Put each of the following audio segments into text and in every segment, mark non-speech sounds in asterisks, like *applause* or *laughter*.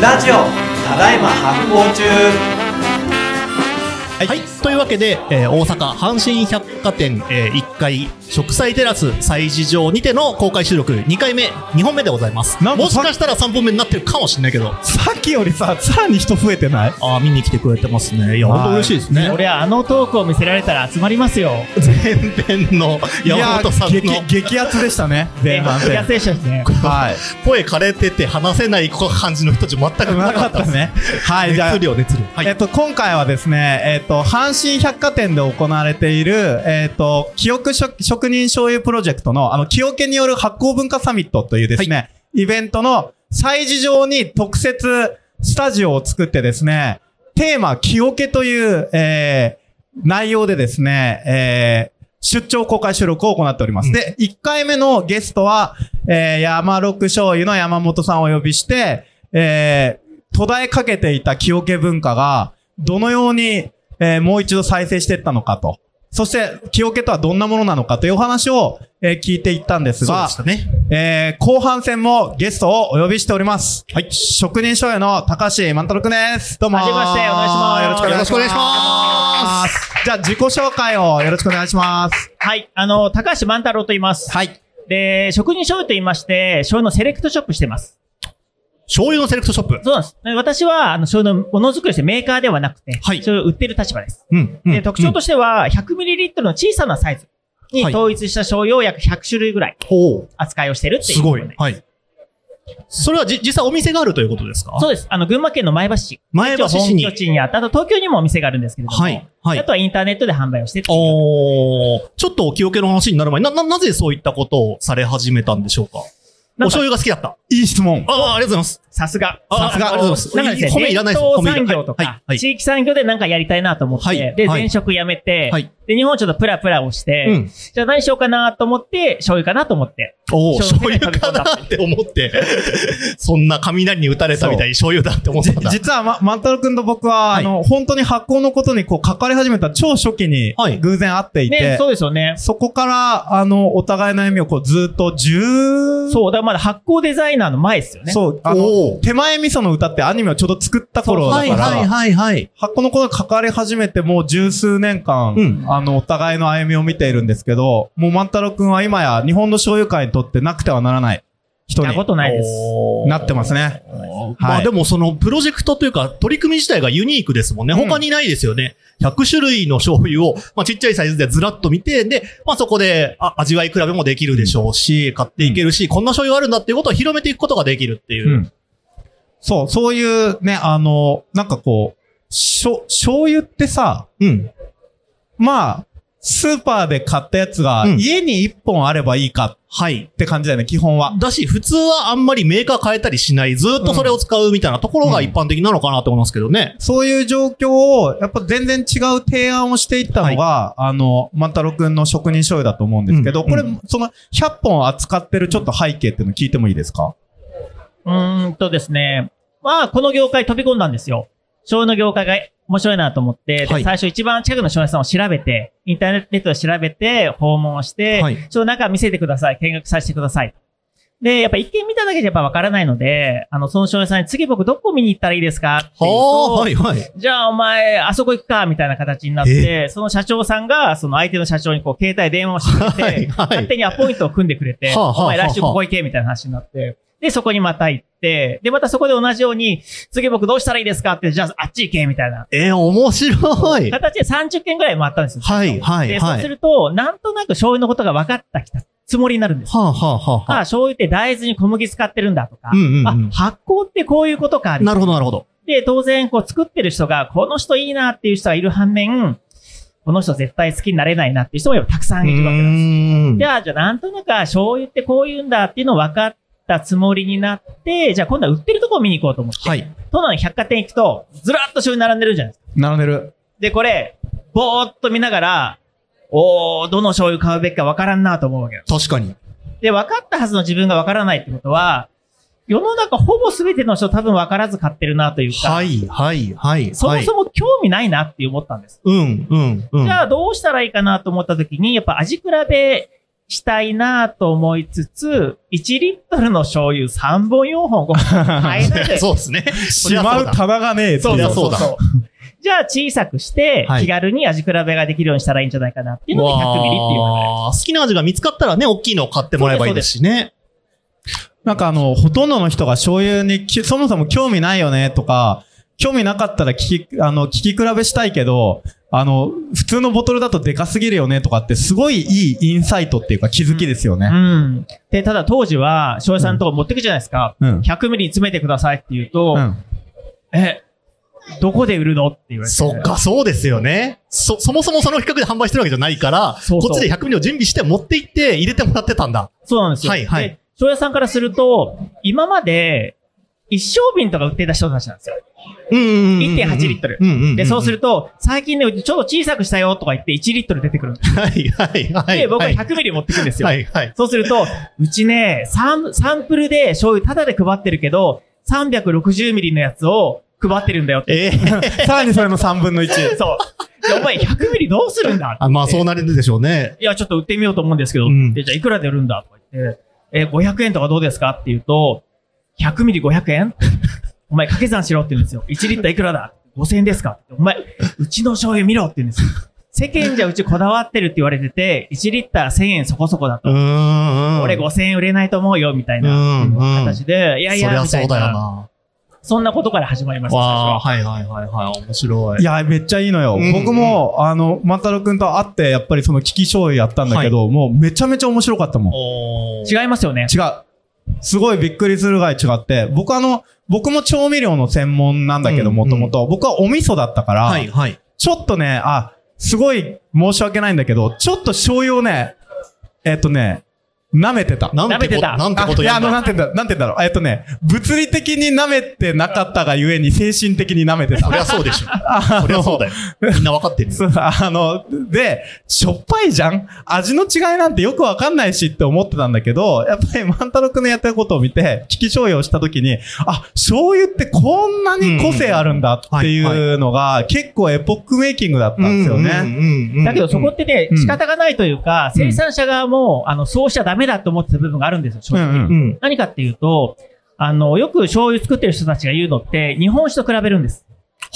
ラジオただいま発行中はい、というわけで、えー大阪阪神百貨店、え1階植栽テラス催事場にての公開収録2回目2本目でございますなんかもしかしたら3本目になってるかもしれないけどさっきよりさ、さらに人増えてないああ見に来てくれてますねいや本当嬉しいですね俺はあのトークを見せられたら集まりますよ。前編の山本さんのいや激激アツでしたね、前半野戦。生者ね。はい。声枯れてて話せない感じの人たち全くうなかまかっったたですね。はい、じゃあ熱、量熱量はい、えっと、今回はですね、えっと、阪神百貨店で行われている、えっと、記憶職職人醤油プロジェクトの、あの、記憶による発酵文化サミットというですね、イベントの催事場に特設スタジオを作ってですね、テーマ、記憶という、えー、内容でですね、えー、出張公開収録を行っております。で、1回目のゲストは、えー、山六醤油の山本さんをお呼びして、えー、途絶えかけていた清家文化が、どのように、えー、もう一度再生していったのかと。そして、清家とはどんなものなのかというお話を、えー聞いていったんですそうがでし、たねえー、後半戦もゲストをお呼びしております。はい。職人醤油の高橋万太郎くんです。どうもー。はじめましてお願いしますよろしくお願いしよろします。くお願いします。じゃあ、自己紹介をよろしくお願いします。はい。あの、高橋万太郎と言います。はい。で、職人醤油と言いまして、醤油のセレクトショップしてます。醤油のセレクトショップそうなんです。で私は、あの、醤油のものづくりしてメーカーではなくて、はい醤油を売ってる立場です。うん、うんで、特徴としては、100ml の小さなサイズにはい統一した醤油を約100種類ぐらいほう扱いをしてるっていう。すごい。はい。それはじ実際お店があるということですかそうです。あの、群馬県の前橋市。前橋市本に拠。地にあった。あと、東京にもお店があるんですけれども。はい。はあい。とはインターネットで販売をしてるっていうおーちょっとお清家の話になる前に、な、な、なぜそういったことをされ始めたんでしょうかおなんか醤油が好きだった。いい質問。ああ、ありがとうございます。さすが。あさありがとうございますなんかですね、いい米いらないです伝米統いら産ない業とはいはかい、はい地域産業でなんかやりたいなと思っはてい、で、はい前職辞めてはい、で、日本ちょっとプラプラをしうてん、じゃあ何しようかなと思って、醤油かなと思って。おお、醤醤油油かなって思って、そんな雷に打たれたみたいに醤油だって思ってじたんだ。実は、ま、万太郎くんと僕は、はいあの、本当に発酵のことにこう、かかり始めた超初期にはい、偶然会っていて、ね、そうですよね。そこから、あの、お互いの歩みをこう、ずっと、10、そう、だからまだ発酵デザイナーの前ですよね。そう、あおのー、手前味噌の歌ってアニメをちょうど作った頃だはから、いはいはいはい。発酵のことが関わり始めてもう十数年間、うんあの、お互いの歩みを見ているんですけど、もう万太郎くんは今や日本の醤油界にとってなくてはならない人そんなこにとないです。おーなってますね。まあはいでもそのプロジェクトというか取り組み自体がユニークですもんね。うん他にないですよね。100種類の醤油を、まあちっちゃいサイズでずらっと見て、で、まあそこであ味わい比べもできるでしょうし、買っていけるし、こんな醤油あるんだっていうことを広めていくことができるっていう。うんそう、そういうね、あの、なんかこう、しょ、醤油ってさ、うん。まあ、スーパーで買ったやつが、うん家に一本あればいいかはい。って感じだよね、基本は。だし、普通はあんまりメーカー変えたりしない、ずーっとそれを使うみたいなところが一般的なのかなと思いますけどね。そういう状況を、やっぱ全然違う提案をしていったのが、あの、万太郎くんの職人醤油だと思うんですけど、うんこれ、うその、100本扱ってるちょっと背景っていうの聞いてもいいですかうーんとですね。まあ、この業界飛び込んだんですよ。醤油の業界が面白いなと思って、ではい最初一番近くの醤油屋さんを調べて、インターネットで調べて、訪問をして、はいちょっと中見せてください。見学させてください。で、やっぱ一見見ただけじゃやっぱわからないので、あの、その醤油屋さんに次僕どこ見に行ったらいいですかって言うとはあ、はいはい。じゃあお前、あそこ行くか、みたいな形になって、その社長さんが、その相手の社長にこう、携帯電話をしてくれて、はいはい勝手にアポイントを組んでくれて、はあはあはあお前来週ここ行け、みたいな話になって、で、そこにまた行って、で、またそこで同じように、次僕どうしたらいいですかって、じゃああっち行け、みたいな。えー、面白い。形で30件ぐらい回ったんですよ。はいはいで、そはうすい。ると、なんとなく醤油のことが分かったきたつもりになるんです。はあはあはああはあ。醤油って大豆に小麦使ってるんだとか、うんうんうんあ、発酵ってこういうことか、なるほどなるほど。で、当然、こう作ってる人が、この人いいなっていう人がいる反面、この人絶対好きになれないなっていう人もやっぱたくさんいるわけなんです。んじゃあ、じゃあなんとなく、あ醤油ってこういうんだっていうのを分かったつもりになって、じゃあ今度は売ってるとこを見に行こうと思って、はい。都内の百貨店行くと、ずらっと醤油並んでるじゃないですか。並んでる。で、これ、ぼーっと見ながら、おー、どの醤油買うべきか分からんなと思うわけよ。確かに。で、分かったはずの自分が分からないってことは、世の中ほぼ全ての人多分分からず買ってるなというか、はい、はい、はい。そもそも。も興味ないなって思ったんです。 *laughs* うん、うん、うん。じゃあどうしたらいいかなと思った時に、やっぱ味比べしたいなと思いつつ、1リットルの醤油3本4本5本買えない *laughs* でそうですね。しまう棚がねえってそいりゃう。そうだ。じゃあ小さくして、はい気軽に味比べができるようにしたらいいんじゃないかなっていうので、100ミリっていうのが。わー好きな味が見つかったらね、大きいのを買ってもらえばいいですしね。なんかあの、ほとんどの人が醤油にきそもそも興味ないよねとか、興味なかったら聞き、あの、聞き比べしたいけど、あの、普通のボトルだとでかすぎるよねとかって、すごいいいインサイトっていうか気づきですよね。うん。で、ただ当時は、醤油さんのとこ持ってくじゃないですか。うん。 100ミリ詰めてくださいって言う *laughs* と、うん。え、どこで売るのって言われて。そっ。か、そうですよね。そ、そもそもその比較で販売してるわけじゃないから、そうそうこっちで100ミリを準備して持って行って入れてもらってたんだ。そうなんですよ。はいはいで。醤油さんからすると、今まで、一升瓶とか売ってた人たちなんですよ。うんうんうんうん。 1.8リットルうんんんんで、そうすると、最近ね、うちちょっと小さくしたよとか言って1リットル出てくるんです。はいはいはい。で、僕ははい100ミリ持ってくんですよ。はいはい。そうすると、うちね、サンサンプルで醤油タダで配ってるけど、360ミリのやつを配ってるんだよって。ええ *laughs* さらにそれの3分の1。そう。でお前100ミリどうするんだってあまあそうなれるでしょうね。いや、ちょっと売ってみようと思うんですけど、うんでじゃあいくらで売るんだとか言って、えー500円とかどうですかって言うと、100ミリ500円 *laughs* お前掛け算しろって言うんですよ。1リッターいくらだ ?5000 円ですかお前、うちの醤油見ろって言うんですよ。世間じゃうちこだわってるって言われてて、1リッター1000円そこそこだと。うーん。俺5000円売れないと思うよ、みたいなうんうん形で、いやいそりや、ゃみそたういだよな。な。そんなことから始まりました。わあ、最はいはいはいはい。面白い。いや、めっちゃいいのよ。うん僕も、あの、万太郎くんと会って、やっぱりその聞き醤油やったんだけど、もうめちゃめちゃ面白かったもん。おー初は違いますよね。違う。すごいびっくりするぐらい違って、僕あの、僕も調味料の専門なんだけど、うんもともと、僕はお味噌だったから、はいはい。ちょっとね、あ、すごい申し訳ないんだけど、ちょっと醤油をね、えっ、とね、舐めてた。な舐めてたなんてあことい言や、うあんの、だ。なんて言うんだ、なんて言うんだろう。えっ、とね、物理的に舐めてなかったがゆえに、精神的に舐めてたそ。りゃそうで *laughs* しょ。あそりゃそうの、だよ。みんなわかってるよ。そう *laughs* あの、で、しょっぱいじゃん味の違いなんてよくわかんないしって思ってたんだけど、やっぱり万太郎くんのやってることを見て、聞き醤油をした時に、あ、醤油ってこんなに個性あるんだっていうのが、結構エポックメイキングだったんですよね。ねだけどそこってね、うん仕方がないというか、うん生産者側も、あの、そうしちゃダメだと思ってた部分があるんですよ、正う直。んうんうん。何かっていうと、あの、よく醤油作ってる人たちが言うのって、日本酒と比べるんです。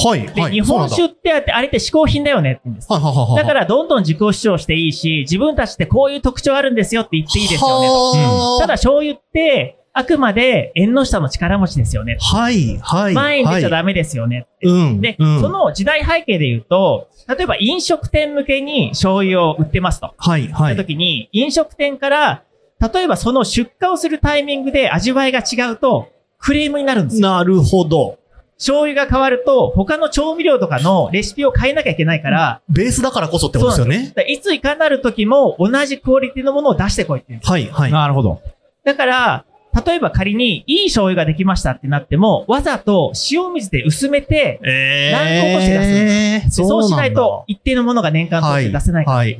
はいで、はい。日本酒ってあって、あれって嗜好品だよねって言うんです。そうなんだはいはいはいはい。だから、どんどん自己主張していいし、自分たちってこういう特徴あるんですよって言っていいですよね。はーただ、醤油って、あくまで縁の下の力持ちですよね。はいはい。前に出ちゃはいダメですよね。うん。で、うんそ、の時代背景で言うと、例えば飲食店向けに醤油を売ってますと。はいはったい。時に、飲食店から、例えばその出荷をするタイミングで味わいが違うと、クレームになるんですよ。なるほど。醤油が変わると、他の調味料とかのレシピを変えなきゃいけないから、ベースだからこそってことですよねだ。からいついかなる時も同じクオリティのものを出してこいって言うんです。はいはい。なるほど。だから、例えば仮に、いい醤油ができましたってなっても、わざと塩水で薄めて、えー何個落として出すんえーでそうしないと、一定のものが年間として出せないから。はい。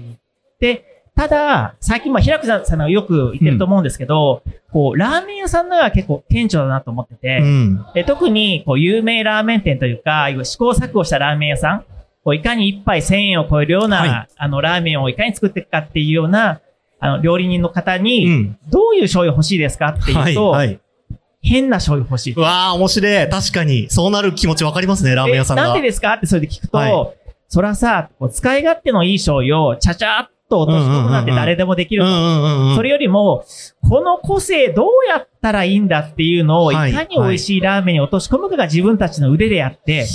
で、ただ、最近、まあ、平久さんがよく言ってると思うんですけど、こう、ラーメン屋さんのが結構顕著だなと思ってて、うん。で特に、こう、有名ラーメン店というか、いう試行錯誤したラーメン屋さん、こういかに一杯1000円を超えるような、はあの、ラーメンをいかに作っていくかっていうような、あの、料理人の方に、うん。どういう醤油欲しいですかってはいういと、はい。変な醤油欲しい。わあ、面白い。確かに。そうなる気持ちわかりますね、ラーメン屋さんえが。なんでですかってそれで聞くと、はいそらさ、こう使い勝手のいい醤油をちゃちゃっと落とし込むなんて誰でもできるうとんうんうんうん。それよりも、この個性どうやったらいいんだっていうのを、いはいかに美味しいラーメンに落とし込むかが自分たちの腕でやって、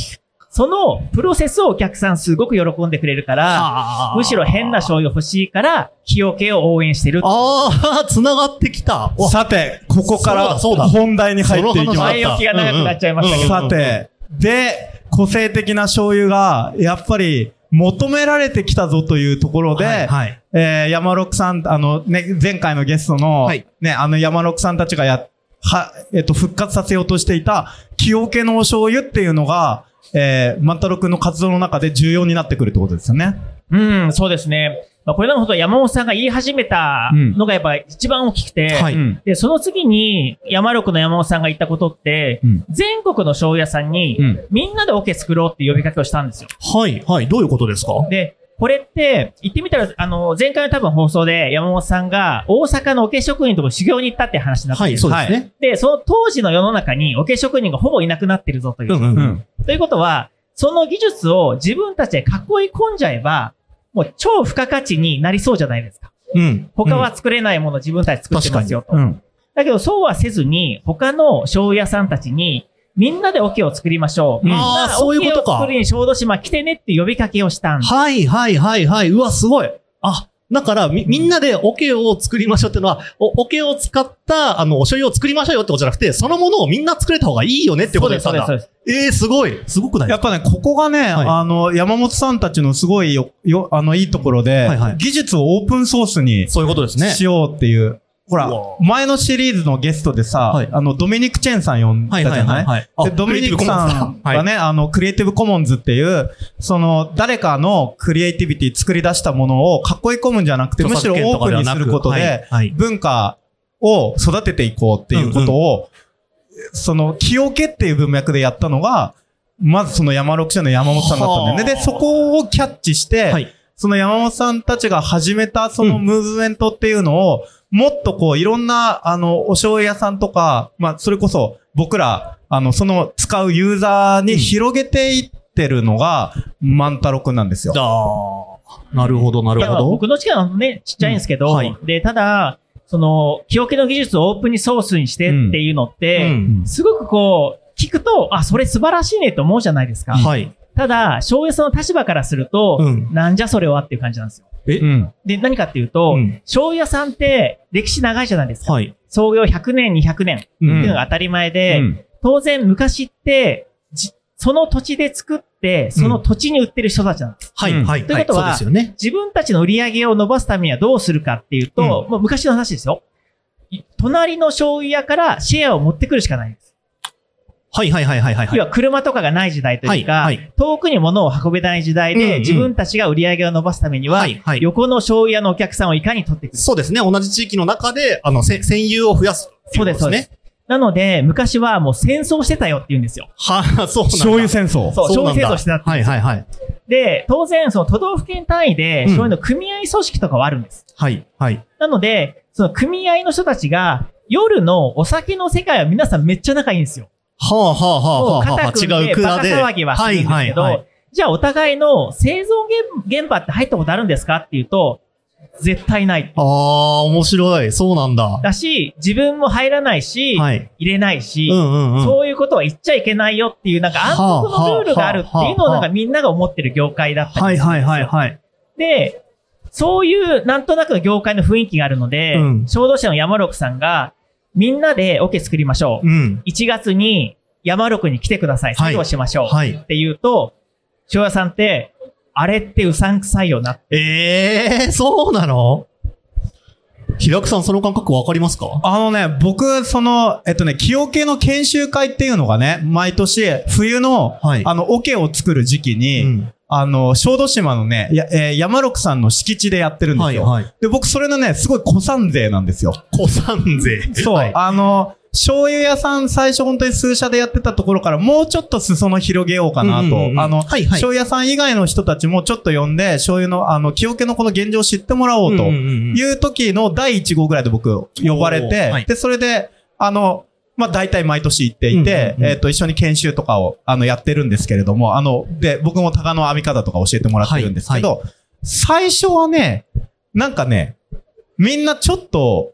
そのプロセスをお客さんすごく喜んでくれるから、あーむしろ変な醤油欲しいから、日よけを応援してる。ああ、 *laughs* 繋がってきた。わさて、ここからそうだそうだ本題に入っていきそのま話す。前置きが長くなっちゃいましたけど。ださて、で、個性的な醤油が、やっぱり求められてきたぞというところで、はいはい。えー、山六さん、あの、ね、前回のゲストの、はいね、あの山六さんたちがや、は、えっ、と、復活させようとしていた、清家のお醤油っていうのが、えー、万太郎くんの活動の中で重要になってくるってことですよね。うん、そうですね。まあこれのこと山本さんが言い始めたのがやっぱ一番大きくて、はいうん。で、その次に山六の山本さんが言ったことって、うん全国の醤油屋さんに、うん。みんなでオケ作ろうっていう呼びかけをしたんですよ。はい、はい。どういうことですかで、これって、言ってみたら、あの、前回の多分放送で山本さんが大阪の桶職人とこ修行に行ったって話になってはるんい、ですそうですね。で、その当時の世の中に桶職人がほぼいなくなってるぞという。うんうんううん。ん。ということは、その技術を自分たちで囲い込んじゃえば、もう超付加価値になりそうじゃないですか。うん。他は作れないもの自分たち作ってますよと。うん。だけどそうはせずに、他の醤油屋さんたちに、みんなで桶を作りましょう。うんみんなあーそういうことか桶を作りに小豆島来てねっていう呼びかけをしたんです。はいはいはいはい。うわ、すごい。あ、だから、み、みんなでオケを作りましょうっていうのは、お、オケを使った、あの、お醤油を作りましょうよってことじゃなくて、そのものをみんな作れた方がいいよねってことそうでですす、たそうです、そうだ。です。えー、すごい。すごくないでやすっぱね、ここがね、はいあの、山本さんたちのすごいよ、よ、あの、いいところで、はいはい技術をオープンソースにかそういうことですね。しようっていう。ほらうわ、前のシリーズのゲストでさ、はいあの、ドミニク・チェンさん呼んだはじいゃはいなはいいはい。であドミニクさんクリエイティブコモンズだがね、あの、クリエイティブコモンズっていう、その、誰かのクリエイティビティ作り出したものを囲い込むんじゃなくて、むしろオープンにすることで、、はい。文化を育てていこうっていうことを、その、木桶っていう文脈でやったのが、まずその山六社の山本さんだったんだよね。はあで、そこをキャッチして、はいその山本さんたちが始めたそのうんムーブメントっていうのを、もっとこういろんな、あの、お醤油屋さんとか、まあ、それこそ僕ら、あの、その使うユーザーに広げていってるのが、万太郎くんなんですよ。あーなるほど、なるだからほ僕の力はね、ちっちゃいんですけど、うんはいで、ただ、その、記憶の技術をオープンにソースにしてっていうのっど。て、んすごくこう、聞くと、あ、それ素晴らしいねと思うじゃないですか。はい。ただ、醤油さんの立場からすると、うんなんじゃそれはっていう感じなんですよ。うん。で、何かっていうと、うん醤油屋さんって歴史長いじゃないですか。はい。創業100年、200年ってうんいうのが当たり前で、うん当然昔って、じその土地で作って、その土地に売ってる人たちなんです。はうい。んはい。ということははいそうですよね。自分たちの売り上げを伸ばすためにはどうするかっていうと、もう昔の話ですよ。い隣の醤油屋からシェアを持ってくるしかないんです。はいはいはいはいはいはい。要は車とかがない時代とはいうい。か、はい。遠くに物を運べない時代うんうで、ん自分たちが売り上げを伸ばすためには、はいはい横の醤油屋のお客さんをいかに取っていくるか。そうですね。同じ地域の中で、あの、せ占有を増やすっていそこうでとす、そうです。。なので、昔はもう戦争してたよって言うんですよ。はあ、そうなんだ。醤油戦争。そう、そう消なんだ費制度してたって。はいはいはい。で、当然、その都道府県単位うで、ん醤油の組合組織とかはあるんです。はいはい。なので、その組合の人たちが、夜のお酒の世界は皆さんめっちゃ仲いいんですよ。はあはあはあもうはあは肩あ。違組んでう蔵バカで。騒ぎはするんですけど、はいはいはいじゃあお互いの製造現現場って入ったことあるんですかっていうと、絶対ない。ああ、面白い。そうなんだ。だし、自分も入らないし、はい。入れないし、うんうんうん。そういうことは言っちゃいけないよっていう、なんか暗黙のルールがあるっていうのはをあはあはあなんかみんなが思ってる業界だったり。はいはいはいはい。で、そういうなんとなくの業界の雰囲気があるので、うん衝動者の山六さんが、みんなでオケ作りましょう。うん。 1月に山六に来てくださはい。い作業しましょう。はい。って言うと、塩屋さんって、あれってうさんくさいよな。ええ、そうなの平久さん、その感覚わかりますかあのね、僕、その、えっとね、清家の研修会っていうのがね、毎年、冬の、はいあの、桶を作る時期に、ん。あの、小豆島のね、やえー山六さんの敷地でやってるんではすいよ。はい。で、僕、それのね、すごい古参勢なんですよ。古参税。そう、はいあの、醤油屋さん最初本当に数社でやってたところからもうちょっと裾野広げようかなと。うんうんうんあの、はいはい醤油屋さん以外の人たちもちょっと呼んで、醤油の、あの、清家のこの現状を知ってもらおうと。うんうんうんうんいう時の第1号ぐらいで僕呼ばれおーて、はいで、それで、あの、まあ、大体毎年行っていて、うんうんうんえっ、と、一緒に研修とかを、あの、やってるんですけれども、あの、で、僕も鷹の編み方とか教えてもらってるんですけど、最初はね、なんかね、みんなちょっと、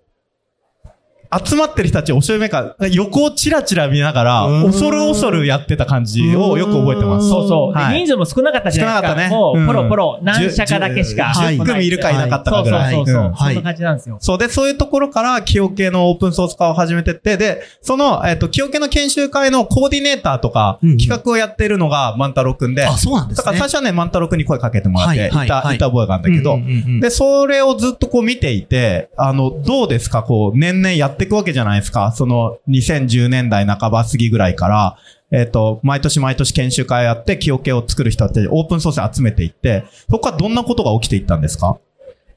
集まってる人たち、おしょめか、横をチラチラ見ながうら、ーん恐る恐るやってた感じをよく覚えてます。そうそう。ではい人数も少なかったじゃないですか。少なかったねもううんポロポロ、何社かだけしか。じゅはい10組いるかいなかったかぐらい。そうそうそうそう、はいそんな感じなんですよ。そうで、そういうところから、キオケのオープンソース化を始めてって、で、その、えっ、と、キオケの研修会のコーディネーターとか、うんうん企画をやってるのが万太郎くんで、あ、そうなんでだすからね。最初はね、万太郎くんに声かけてもらって、はいいはいはた、いいた覚えがあるんだけど、うんうんうんうんで、それをずっとこう見ていて、あの、どうですかこう、年々やっていくわけじゃないですか。その、2010年代半ば過ぎぐらいから、えっ、と、毎年毎年研修会やって、木桶を作る人たち、オープンソース集めていって、そこからどんなことが起きていったんですか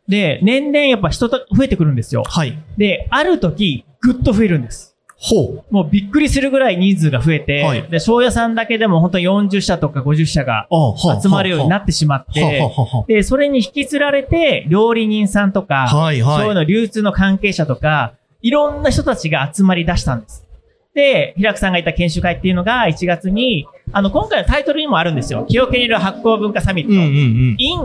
で、年々やっぱ人と増えてくるんですよ。はい。で、ある時、ぐっと増えるんです。ほう。もうびっくりするぐらい人数が増えて、はいで、醤油屋さんだけでも本当に40社とか50社があはあ集まるようになっってしまって、はあはあはで、それに引きつられて、料理人さんとか、あはいそういうはい。の流通の関係者とか、いろんな人たちが集まり出したんです。で、平久さんがいた研修会っていうのが1月に、あの、今回のタイトルにもあるんですよ。清家にいる発酵文化サミッうんト、うんうん。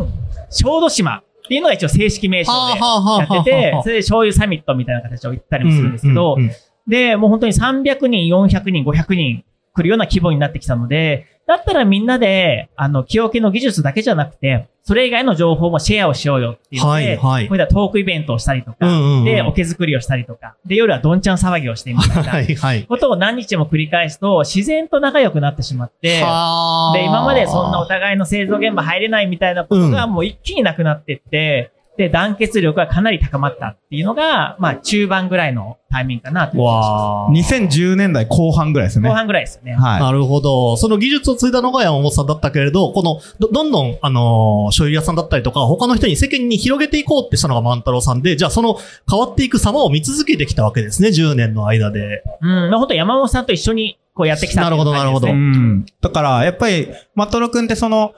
in 小豆島っていうのが一応正式名称はあではあはあはあはあやってて、それで醤油サミットみたいな形を言ったりもするんですけどう、んうんで、もう本当に300人、400人、500人来るような規模になってきたので、だったらみんなで、あの、清家の技術だけじゃなくて、それ以外の情報もシェアをしようよっていうので、はいはいこれではトークイベントをしたりとか、うんうんうんで、おけ作りをしたりとか、で、夜はどんちゃん騒ぎをしてみたい *laughs* はないはい。ことを何日も繰り返すと、自然と仲良くなってしまって、はあで、今までそんなお互いの製造現場入れないみたいなことがもう一気になくなってって、で、団結力がかなり高まったっていうのが、まあ中盤ぐらいのタイミングかなという気がします。わあ。 2010年代後半ぐらいですね。後はい。半ぐらいですよね。なるほど。その技術を継いだのが山本さんだったけれど、この、ど、どんどん、あのー、所有屋さんだったりとか、他の人に世間に広げていこうってしたのが万太郎さんで、じゃあその変わっていく様を見続けてきたわけですね、10年の間で。うん。まあ、ほんと山本さんと一緒にこうやってきたっていなるうほど感じなでするねうん。だから、やっぱり、マトロ君ってその、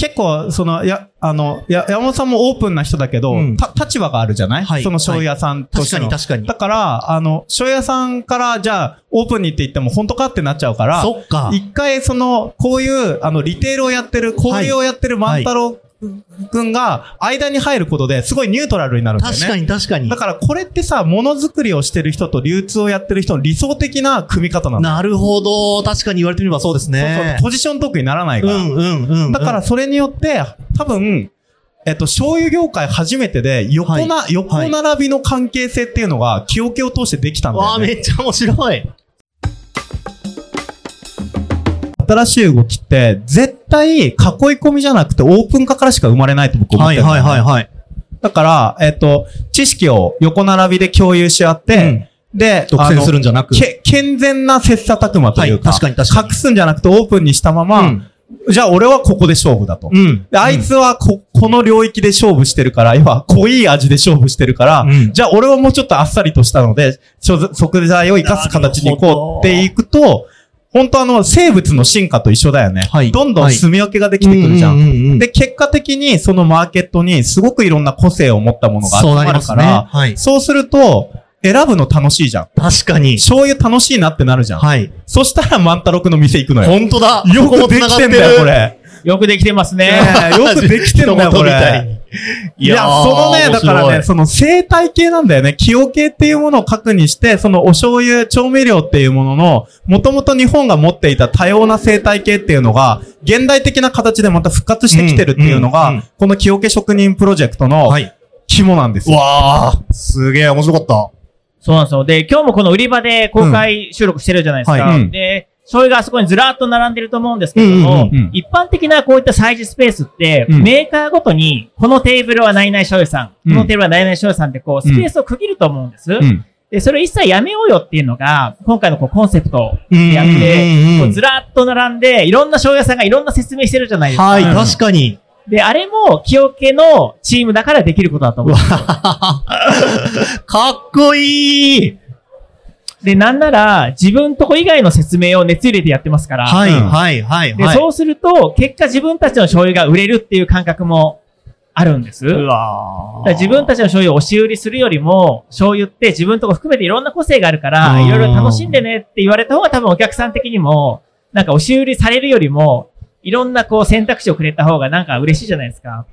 結構、その、や、あの、や、山本さんもオープンな人だけど、うんた、立場があるじゃない、はいその醤油屋さんと確してかの。に確かにだ。から、あの、醤油屋さんから、じゃあ、オープンにって言っても、本当かってなっちゃうから、そっか。一回、その、こういう、あの、リテールをやってる、小売りをやってる万太郎君が、間に入ることで、すごいニュートラルになるんだよね。確かに確かにだ。から、これってさ、ものづくりをしてる人と流通をやってる人の理想的な組み方なんだよ。なるほど。確かに言われてみればそうですそうそうね。ポジショントークにならないから。うんうんうん。だから、それによって、多分、えっと、醤油業界初めてで、横な、横並びの関係性っていうのが、木桶を通してできたんだわあ、よ、ね。めっちゃ面白い。新しい動きって、絶対、囲い込みじゃなくて、オープン化からしか生まれないと僕思ってるんだよね、はい。だから、えっと、知識を横並びで共有し合って、で、独占するんじゃなくあの。け健全な切磋琢磨というか、はい確かに確かに隠すんじゃなくてオープンにしたまま、うんじゃあ俺はここで勝負だと。うん。であいつはこ、この領域で勝負してるから、要は濃い味で勝負してるから、うんじゃあ俺はもうちょっとあっさりとしたので、所食材を生かす形になるいほこどうっていくと、本当あの、生物の進化と一緒だよね。はいどんどん住み分けができてくるじゃん。ううううんで、結果的にそのマーケットにすごくいろんな個性を持ったものが集そうなりままるすかね。ら、はい。そうすると、選ぶの楽しいじゃん。確かに。醤油楽しいなってなるじゃん。はい。そしたら万太郎くんの店行くのよ。本当だ。よここもくで繋がきっててんだよ、これ。よくできて *laughs* ますね。ねえよくできてんだよ、これ。いいやや、そのね、だからね、そその生態系なんだよね。気を系っていうものを核にして、そのお醤油、調味料っていうものの、もともと日本が持っていた多様な生態系っていうのが、現代的な形でまた復活してきてるっていううのんうんうがん、この気を系職人プロジェクトのはい。肝なんですよ。わあ、すげえ面白かっそうなんですよ。で、今日もこの売り場で公開収録してるじゃないですか。うんはいうんで、醤油があそこにずらっと並んでると思うんですけども、うんうんうん一般的なこういった催事スペースって、うんメーカーごとに、このテーブルは何々醤油さん、うんこのテーブルは何々醤油さんってこう、スペースを区切ると思うんです。うんで、それを一切やめようよっていうのが、今回のこうコンセプトた。でやっうんうんうんて、うこんうずらっと並んで、いろんな醤油屋さんがいろんな説明してるじゃないですか。はい、うん確か *laughs* に。で、あれも、清家のチームだからできることだと思う。かっこいいで、なんなら、自分とこ以外の説明を熱入れてやってますから、はい、うんはい、はい、で、はい。そうすると、結果自分たちの醤油が売れるっていう感覚もあるんです。うだかわら自分たちの醤油を押し売りするよりも、醤油って自分とこ含めていろんな個性があるから、うんいろいろ楽しんでねって言われた方が多分お客さん的にも、なんか押し売りされるよりも、いろんなこう選択肢をくれた方がなんか嬉しいじゃないですか。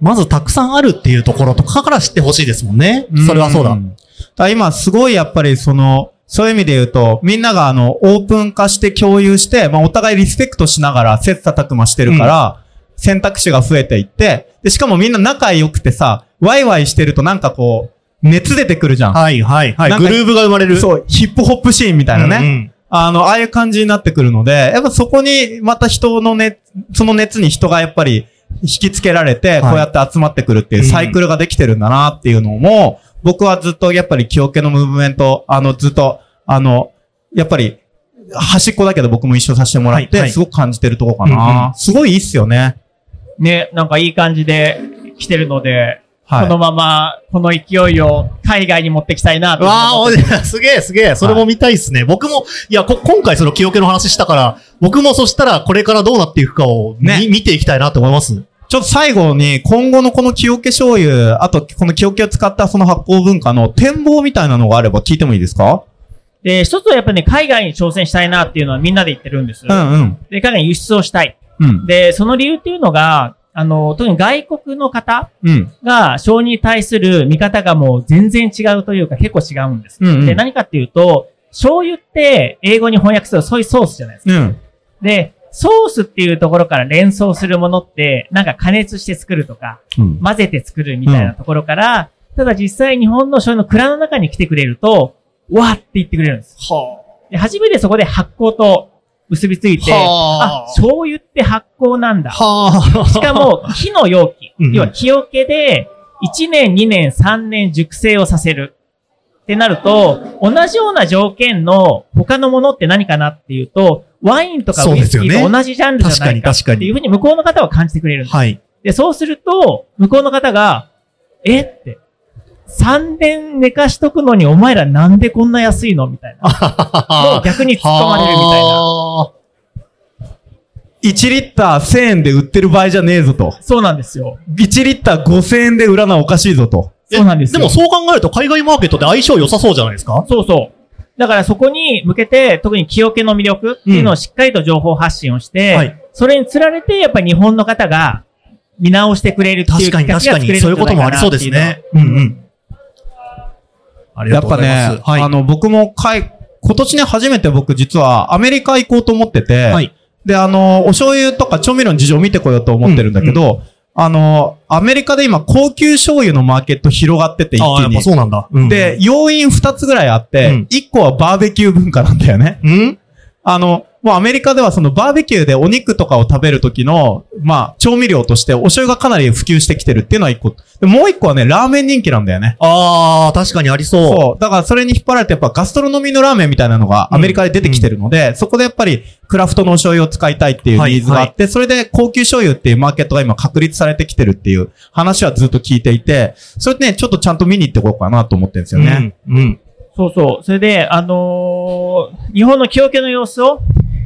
まずたくさんあるっていうところとかから知ってほしいですもんね。それはそうだ。んだから今すごいやっぱりその、そういう意味で言うと、みんながあの、オープン化して共有して、まあお互いリスペクトしながら切磋琢磨してるから、選択肢が増えていって、で、しかもみんな仲良くてさ、ワイワイしてるとなんかこう、熱出てくるじゃん。はい、はい、はい。なんグかルーブが生まれる。そう、ヒップホップシーンみたいなね。うんうんあの、ああいう感じになってくるので、やっぱそこにまた人の熱、その熱に人がやっぱり引きつけられはて、いこうやって集まってくるっていううんサイクルができてるんだなっていうのも、僕はずっとやっぱり清家のムーブメント、あの、ずっと、あの、やっぱり、端っこだけど僕も一緒させてもらっはいはて、いすごく感じてるとこかな。うんうんすごいいいっすよね。ね、なんかいい感じで来てるので、はいこのまま、この勢いを海外に持ってきたいなとわあ、思おっいて。すげえすげえ。それも見たいっすね。僕も、いやこ、今回その清家の話したから、僕もそしたらこれからどうなっていくかを見、ね見ていきたいなと思います。ちょっと最後に、今後のこの清家醤油、あとこの清家を使ったその発酵文化の展望みたいなのがあれば聞いてもいいですかで、一つはやっぱりね、海外に挑戦したいなっていうのはみんなで言ってるんです。うんうん。で、海外に輸出をしたい。うん。で、その理由っていうのが、あの、特に外国の方うん。が、小児に対する見方がもう全然違うというか、結構違うんです。うんうんで、何かっていうと、醤油って英語に翻訳するとそういうソースじゃないですか。うん。で、ソースっていうところから連想するものって、なんか加熱して作るとか、うん。混ぜて作るみたいなところから、ただ実際日本の醤油の蔵の中に来てくれると、わーって言ってくれるんです。で初めてそこで発酵と結びついて、はああ、醤油って発酵なんだ。はあ。しかも、木の容器うんう。ん要は、木桶で、1年、2年、3年熟成をさせる。ってなると、同じような条件の他のものって何かなっていうと、ワインとかウイスキそうですーよとね同じジャンルじゃないかっ確かに確かにていうふうに向こうの方は感じてくれるんです。はい。で、そうすると、向こうの方が、えって、3年寝かしとくのにお前らなんでこんな安いのみたいな。もう逆に突っ込まれるみたいな。はあ1リッター1000円で売ってる場合じゃねえぞと。そうなんですよ。 1リッター5000円で売らなおかしいぞと。えそうなんですでよ。もそう考えると海外マーケットって相性良さそうじゃないですかそうそう。だからそこに向けて、特に清家の魅力っていうのをしっかりと情報発信をして、はいそれにつられて、やっぱり日本の方が見直してくれるってい確うか企に画が確か作れるに。んそじういゃうなこともあいりかそなうっでてすいうのはね。うんうん。ありやがっとうごぱざいます。ね、あの、僕もかい、今年ね、初めて僕実はアメリカ行こうと思ってて、はいで、あの、お醤油とか調味料の事情を見てこようと思ってるんだけど、あの、アメリカで今高級醤油のマーケット広がってて一気ああ、やっにぱ。そうなんだ。うん、で、要因二つぐらいあって、うん一個はバーベキュー文化なんだよね。うんあの、もうアメリカではそのバーベキューでお肉とかを食べる時の、まあ、調味料としてお醤油がかなり普及してきてるっていうのは一個。でもう一個はね、ラーメン人気なんだよね。ああ、確かにありそう。そう。だからそれに引っ張られてやっぱガストロノミーのラーメンみたいなのがアメリカで出てきてるので、そこでやっぱりクラフトのお醤油を使いたいっていうニーズがあって、それで高級醤油っていうマーケットが今確立されてきてるっていう話はずっと聞いていて、それってね、ちょっとちゃんと見に行ってこようかなと思ってるんですよね。うん。うん。そうそう。それで、あのー日本の清家の様子を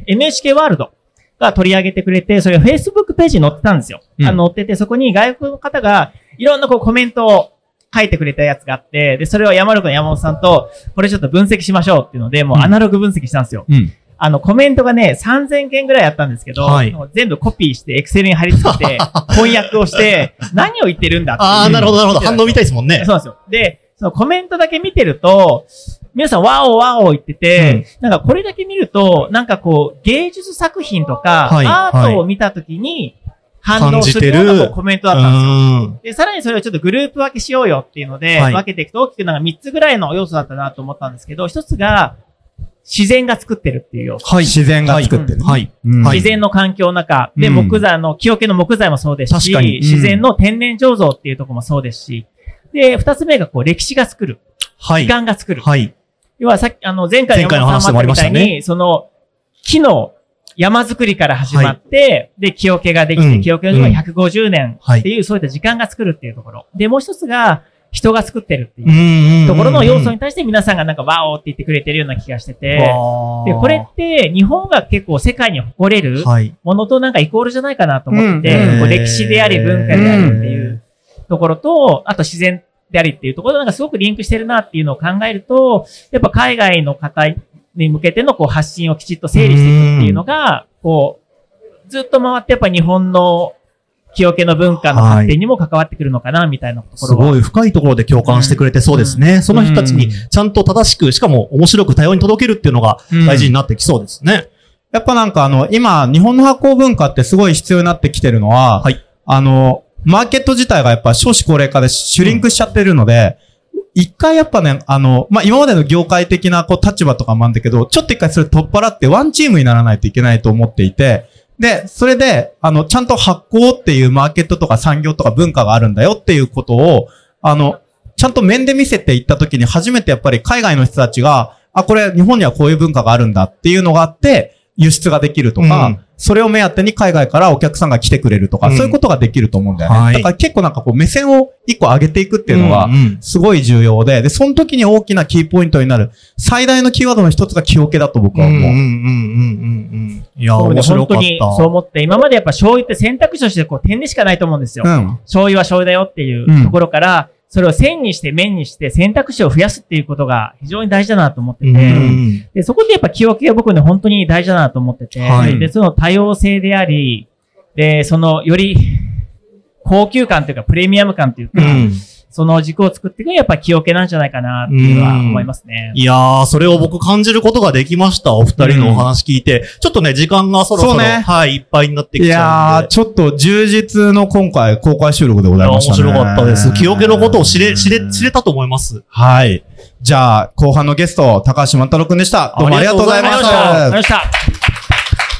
NHK ワールドが取り上げてくれて、それを Facebook ページに載ってたんですよ。うんあの載ってて、そこに外国の方がいろんなこうコメントを書いてくれたやつがあって、で、それを山六の山本さんと、これちょっと分析しましょうっていうので、もうアナログ分析したんですよ。うん。あの、コメントがね、3000件ぐらいあったんですけど、はいもう全部コピーして、Excel に貼り付 *laughs* けて、翻訳をして、何を言ってるんだっていうああ、なるほど、なるほど。反応見たいですもんね。そうなんですよ。で、そのコメントだけ見てると、皆さんワオワオ言ってて、なんかこれだけ見ると、なんかこう、芸術作品とか、はいアートを見たときに反応するよう感じなてこるうコメントだったんですよ。うで、さらにそれをちょっとグループ分けしようよっていうので、はい分けていくと大きくなんか3つぐらいの要素だったなと思ったんですけど、一つが、自然が作ってるっていう要素。はい。自然が作ってる。ん。はい。うんはい自然の環境の中でうん木材の、木桶の木材もそうです確し、かにうん自然の天然醸造っていうところもそうですし、で、二つ目がこう歴史が作る。は時い。間が作る。はい。要はさっき、あの、前回前回の話でもありましたね山本さんみたいに、その、木の山作りから始まって、で、木桶ができうんて、木桶のが150年はいっていう、そういった時間が作るっていうところ。で、もう一つが、人が作ってるってう。いうんところの要素に対して皆さんがなんか、ワオって言ってくれてるような気がしてて、で、これって日本が結構世界に誇れるはい。ものとなんかイコールじゃないかなと思って、うんこう歴史であり文化でありっていうところと、あと自然でありっていうところがなんかすごくリンクしてるなっていうのを考えると、やっぱ海外の方に向けてのこう発信をきちっと整理していくっていうのが、こう、ずっと回ってやっぱ日本の清家の文化の発展にも関わってくるのかなみたいなとこすろは。ごい深いところで共感してくれてそうですね。その人たちにちゃんと正しく、しかも面白く多様に届けるっていうのがうん大事になってきそうですね。やっぱなんかあの、今、日本の発酵文化ってすごい必要になってきてるのは、はいあの、マーケット自体がやっぱ少子高齢化でシュリンクしちゃってるので、一回やっぱね、あの、まあ、今までの業界的なこう立場とかもあるんだけど、ちょっと一回それ取っ払ってワンチームにならないといけないと思っていて、で、それで、あの、ちゃんと発酵っていうマーケットとか産業とか文化があるんだよっていうことを、あの、ちゃんと面で見せていった時に初めてやっぱり海外の人たちが、あ、これ日本にはこういう文化があるんだっていうのがあって、輸出ができるとか、うんそれを目当てに海外からお客さんが来てくれるとか、うんそういうことができると思うんだよね。はいだから結構なんかこう目線を一個上げていくっていうのはん、んすごい重要で、で、その時に大きなキーポイントになる、最大のキーワードの一つが木桶だと僕はうんうんうん思う。うんうん。いや、そうね面白本か当っにた。そう思って、今までやっぱ醤油って選択肢としてこう点でしかないと思うんですよ。うん。醤油は醤油だよっていうんうところから、それを線にして面にして選択肢を増やすっていうことが非常に大事だなと思ってて、うんでそこでやっぱ記憶が僕ね、本当に大事だなと思ってて、はいで、その多様性であり、で、そのより高級感というかプレミアム感といううか、ん。その軸を作っていくのはやっぱ記憶なんじゃないかなっていうのは思いますね。いやー、それを僕感じることができました。お二人のお話聞いて。ちょっとね、時間がそろそろ、そうねはい、いっぱいになってきいちゃやうんで。ー、ちょっと充実の今回、公開収録でございま面したね。白かったです。清家のことを知れ、知れ、知れたと思います。はい。じゃあ、後半のゲスト、高橋万太郎くんでした。どうもありがとうございまあしりがとうございましたありがとうござた。いました。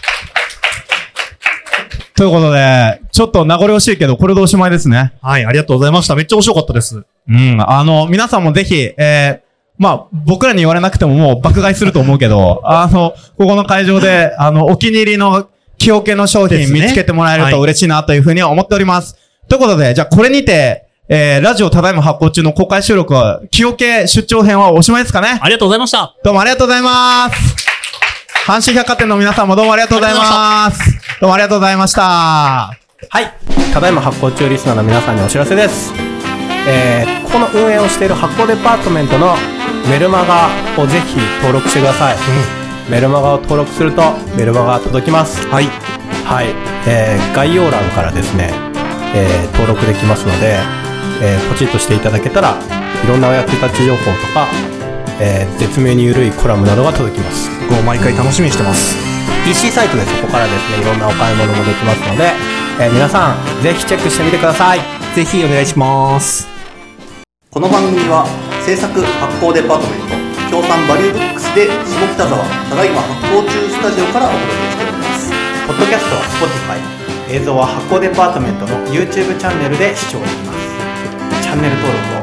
ということで、ちょっと名残惜しいけど、これでおしまいですね。はい、ありがとうございました。めっちゃ面白かったです。うん。あの、皆さんもぜひ、えー、まあ、僕らに言われなくてももう爆買いすると思うけど、あの、ここの会場で、あの、お気に入りの木桶の商で品すね見つけてもらえるはいと嬉しいなというふうには思っております。ということで、じゃあこれにて、えー、ラジオただいま発行中の公開収録は、木桶出張編はおしまいですかね。ありがとうございました。どうもありがとうございます。阪神百貨店の皆さんもどうもありがとうございます。どうもありがとうございました。はい。ただいま発行中リスナーの皆さんにお知らせです。えーここの運営をしている発行デパートメントのメルマガをぜひ登録してください。メルマガを登録するとメルマガが届きます。はい。はい。えー概要欄からですね、えー登録できますので、えーポチッとしていただけたら、いろんなお役立ち情報とか、えー絶妙に緩いコラムなどが届きます。毎回楽しみにしてます EC サイトでそこからですねいろんなお買い物もできますので、えー皆さんぜひチェックしてみてくださいぜひお願いしますこの番組は制作発行デパートメント協賛バリューブックスで下北沢ただいま発行中スタジオからお届けしておりますポッドキャストは Spotify 映像は発行デパートメントの YouTube チャンネルで視聴できますチャンネル登録を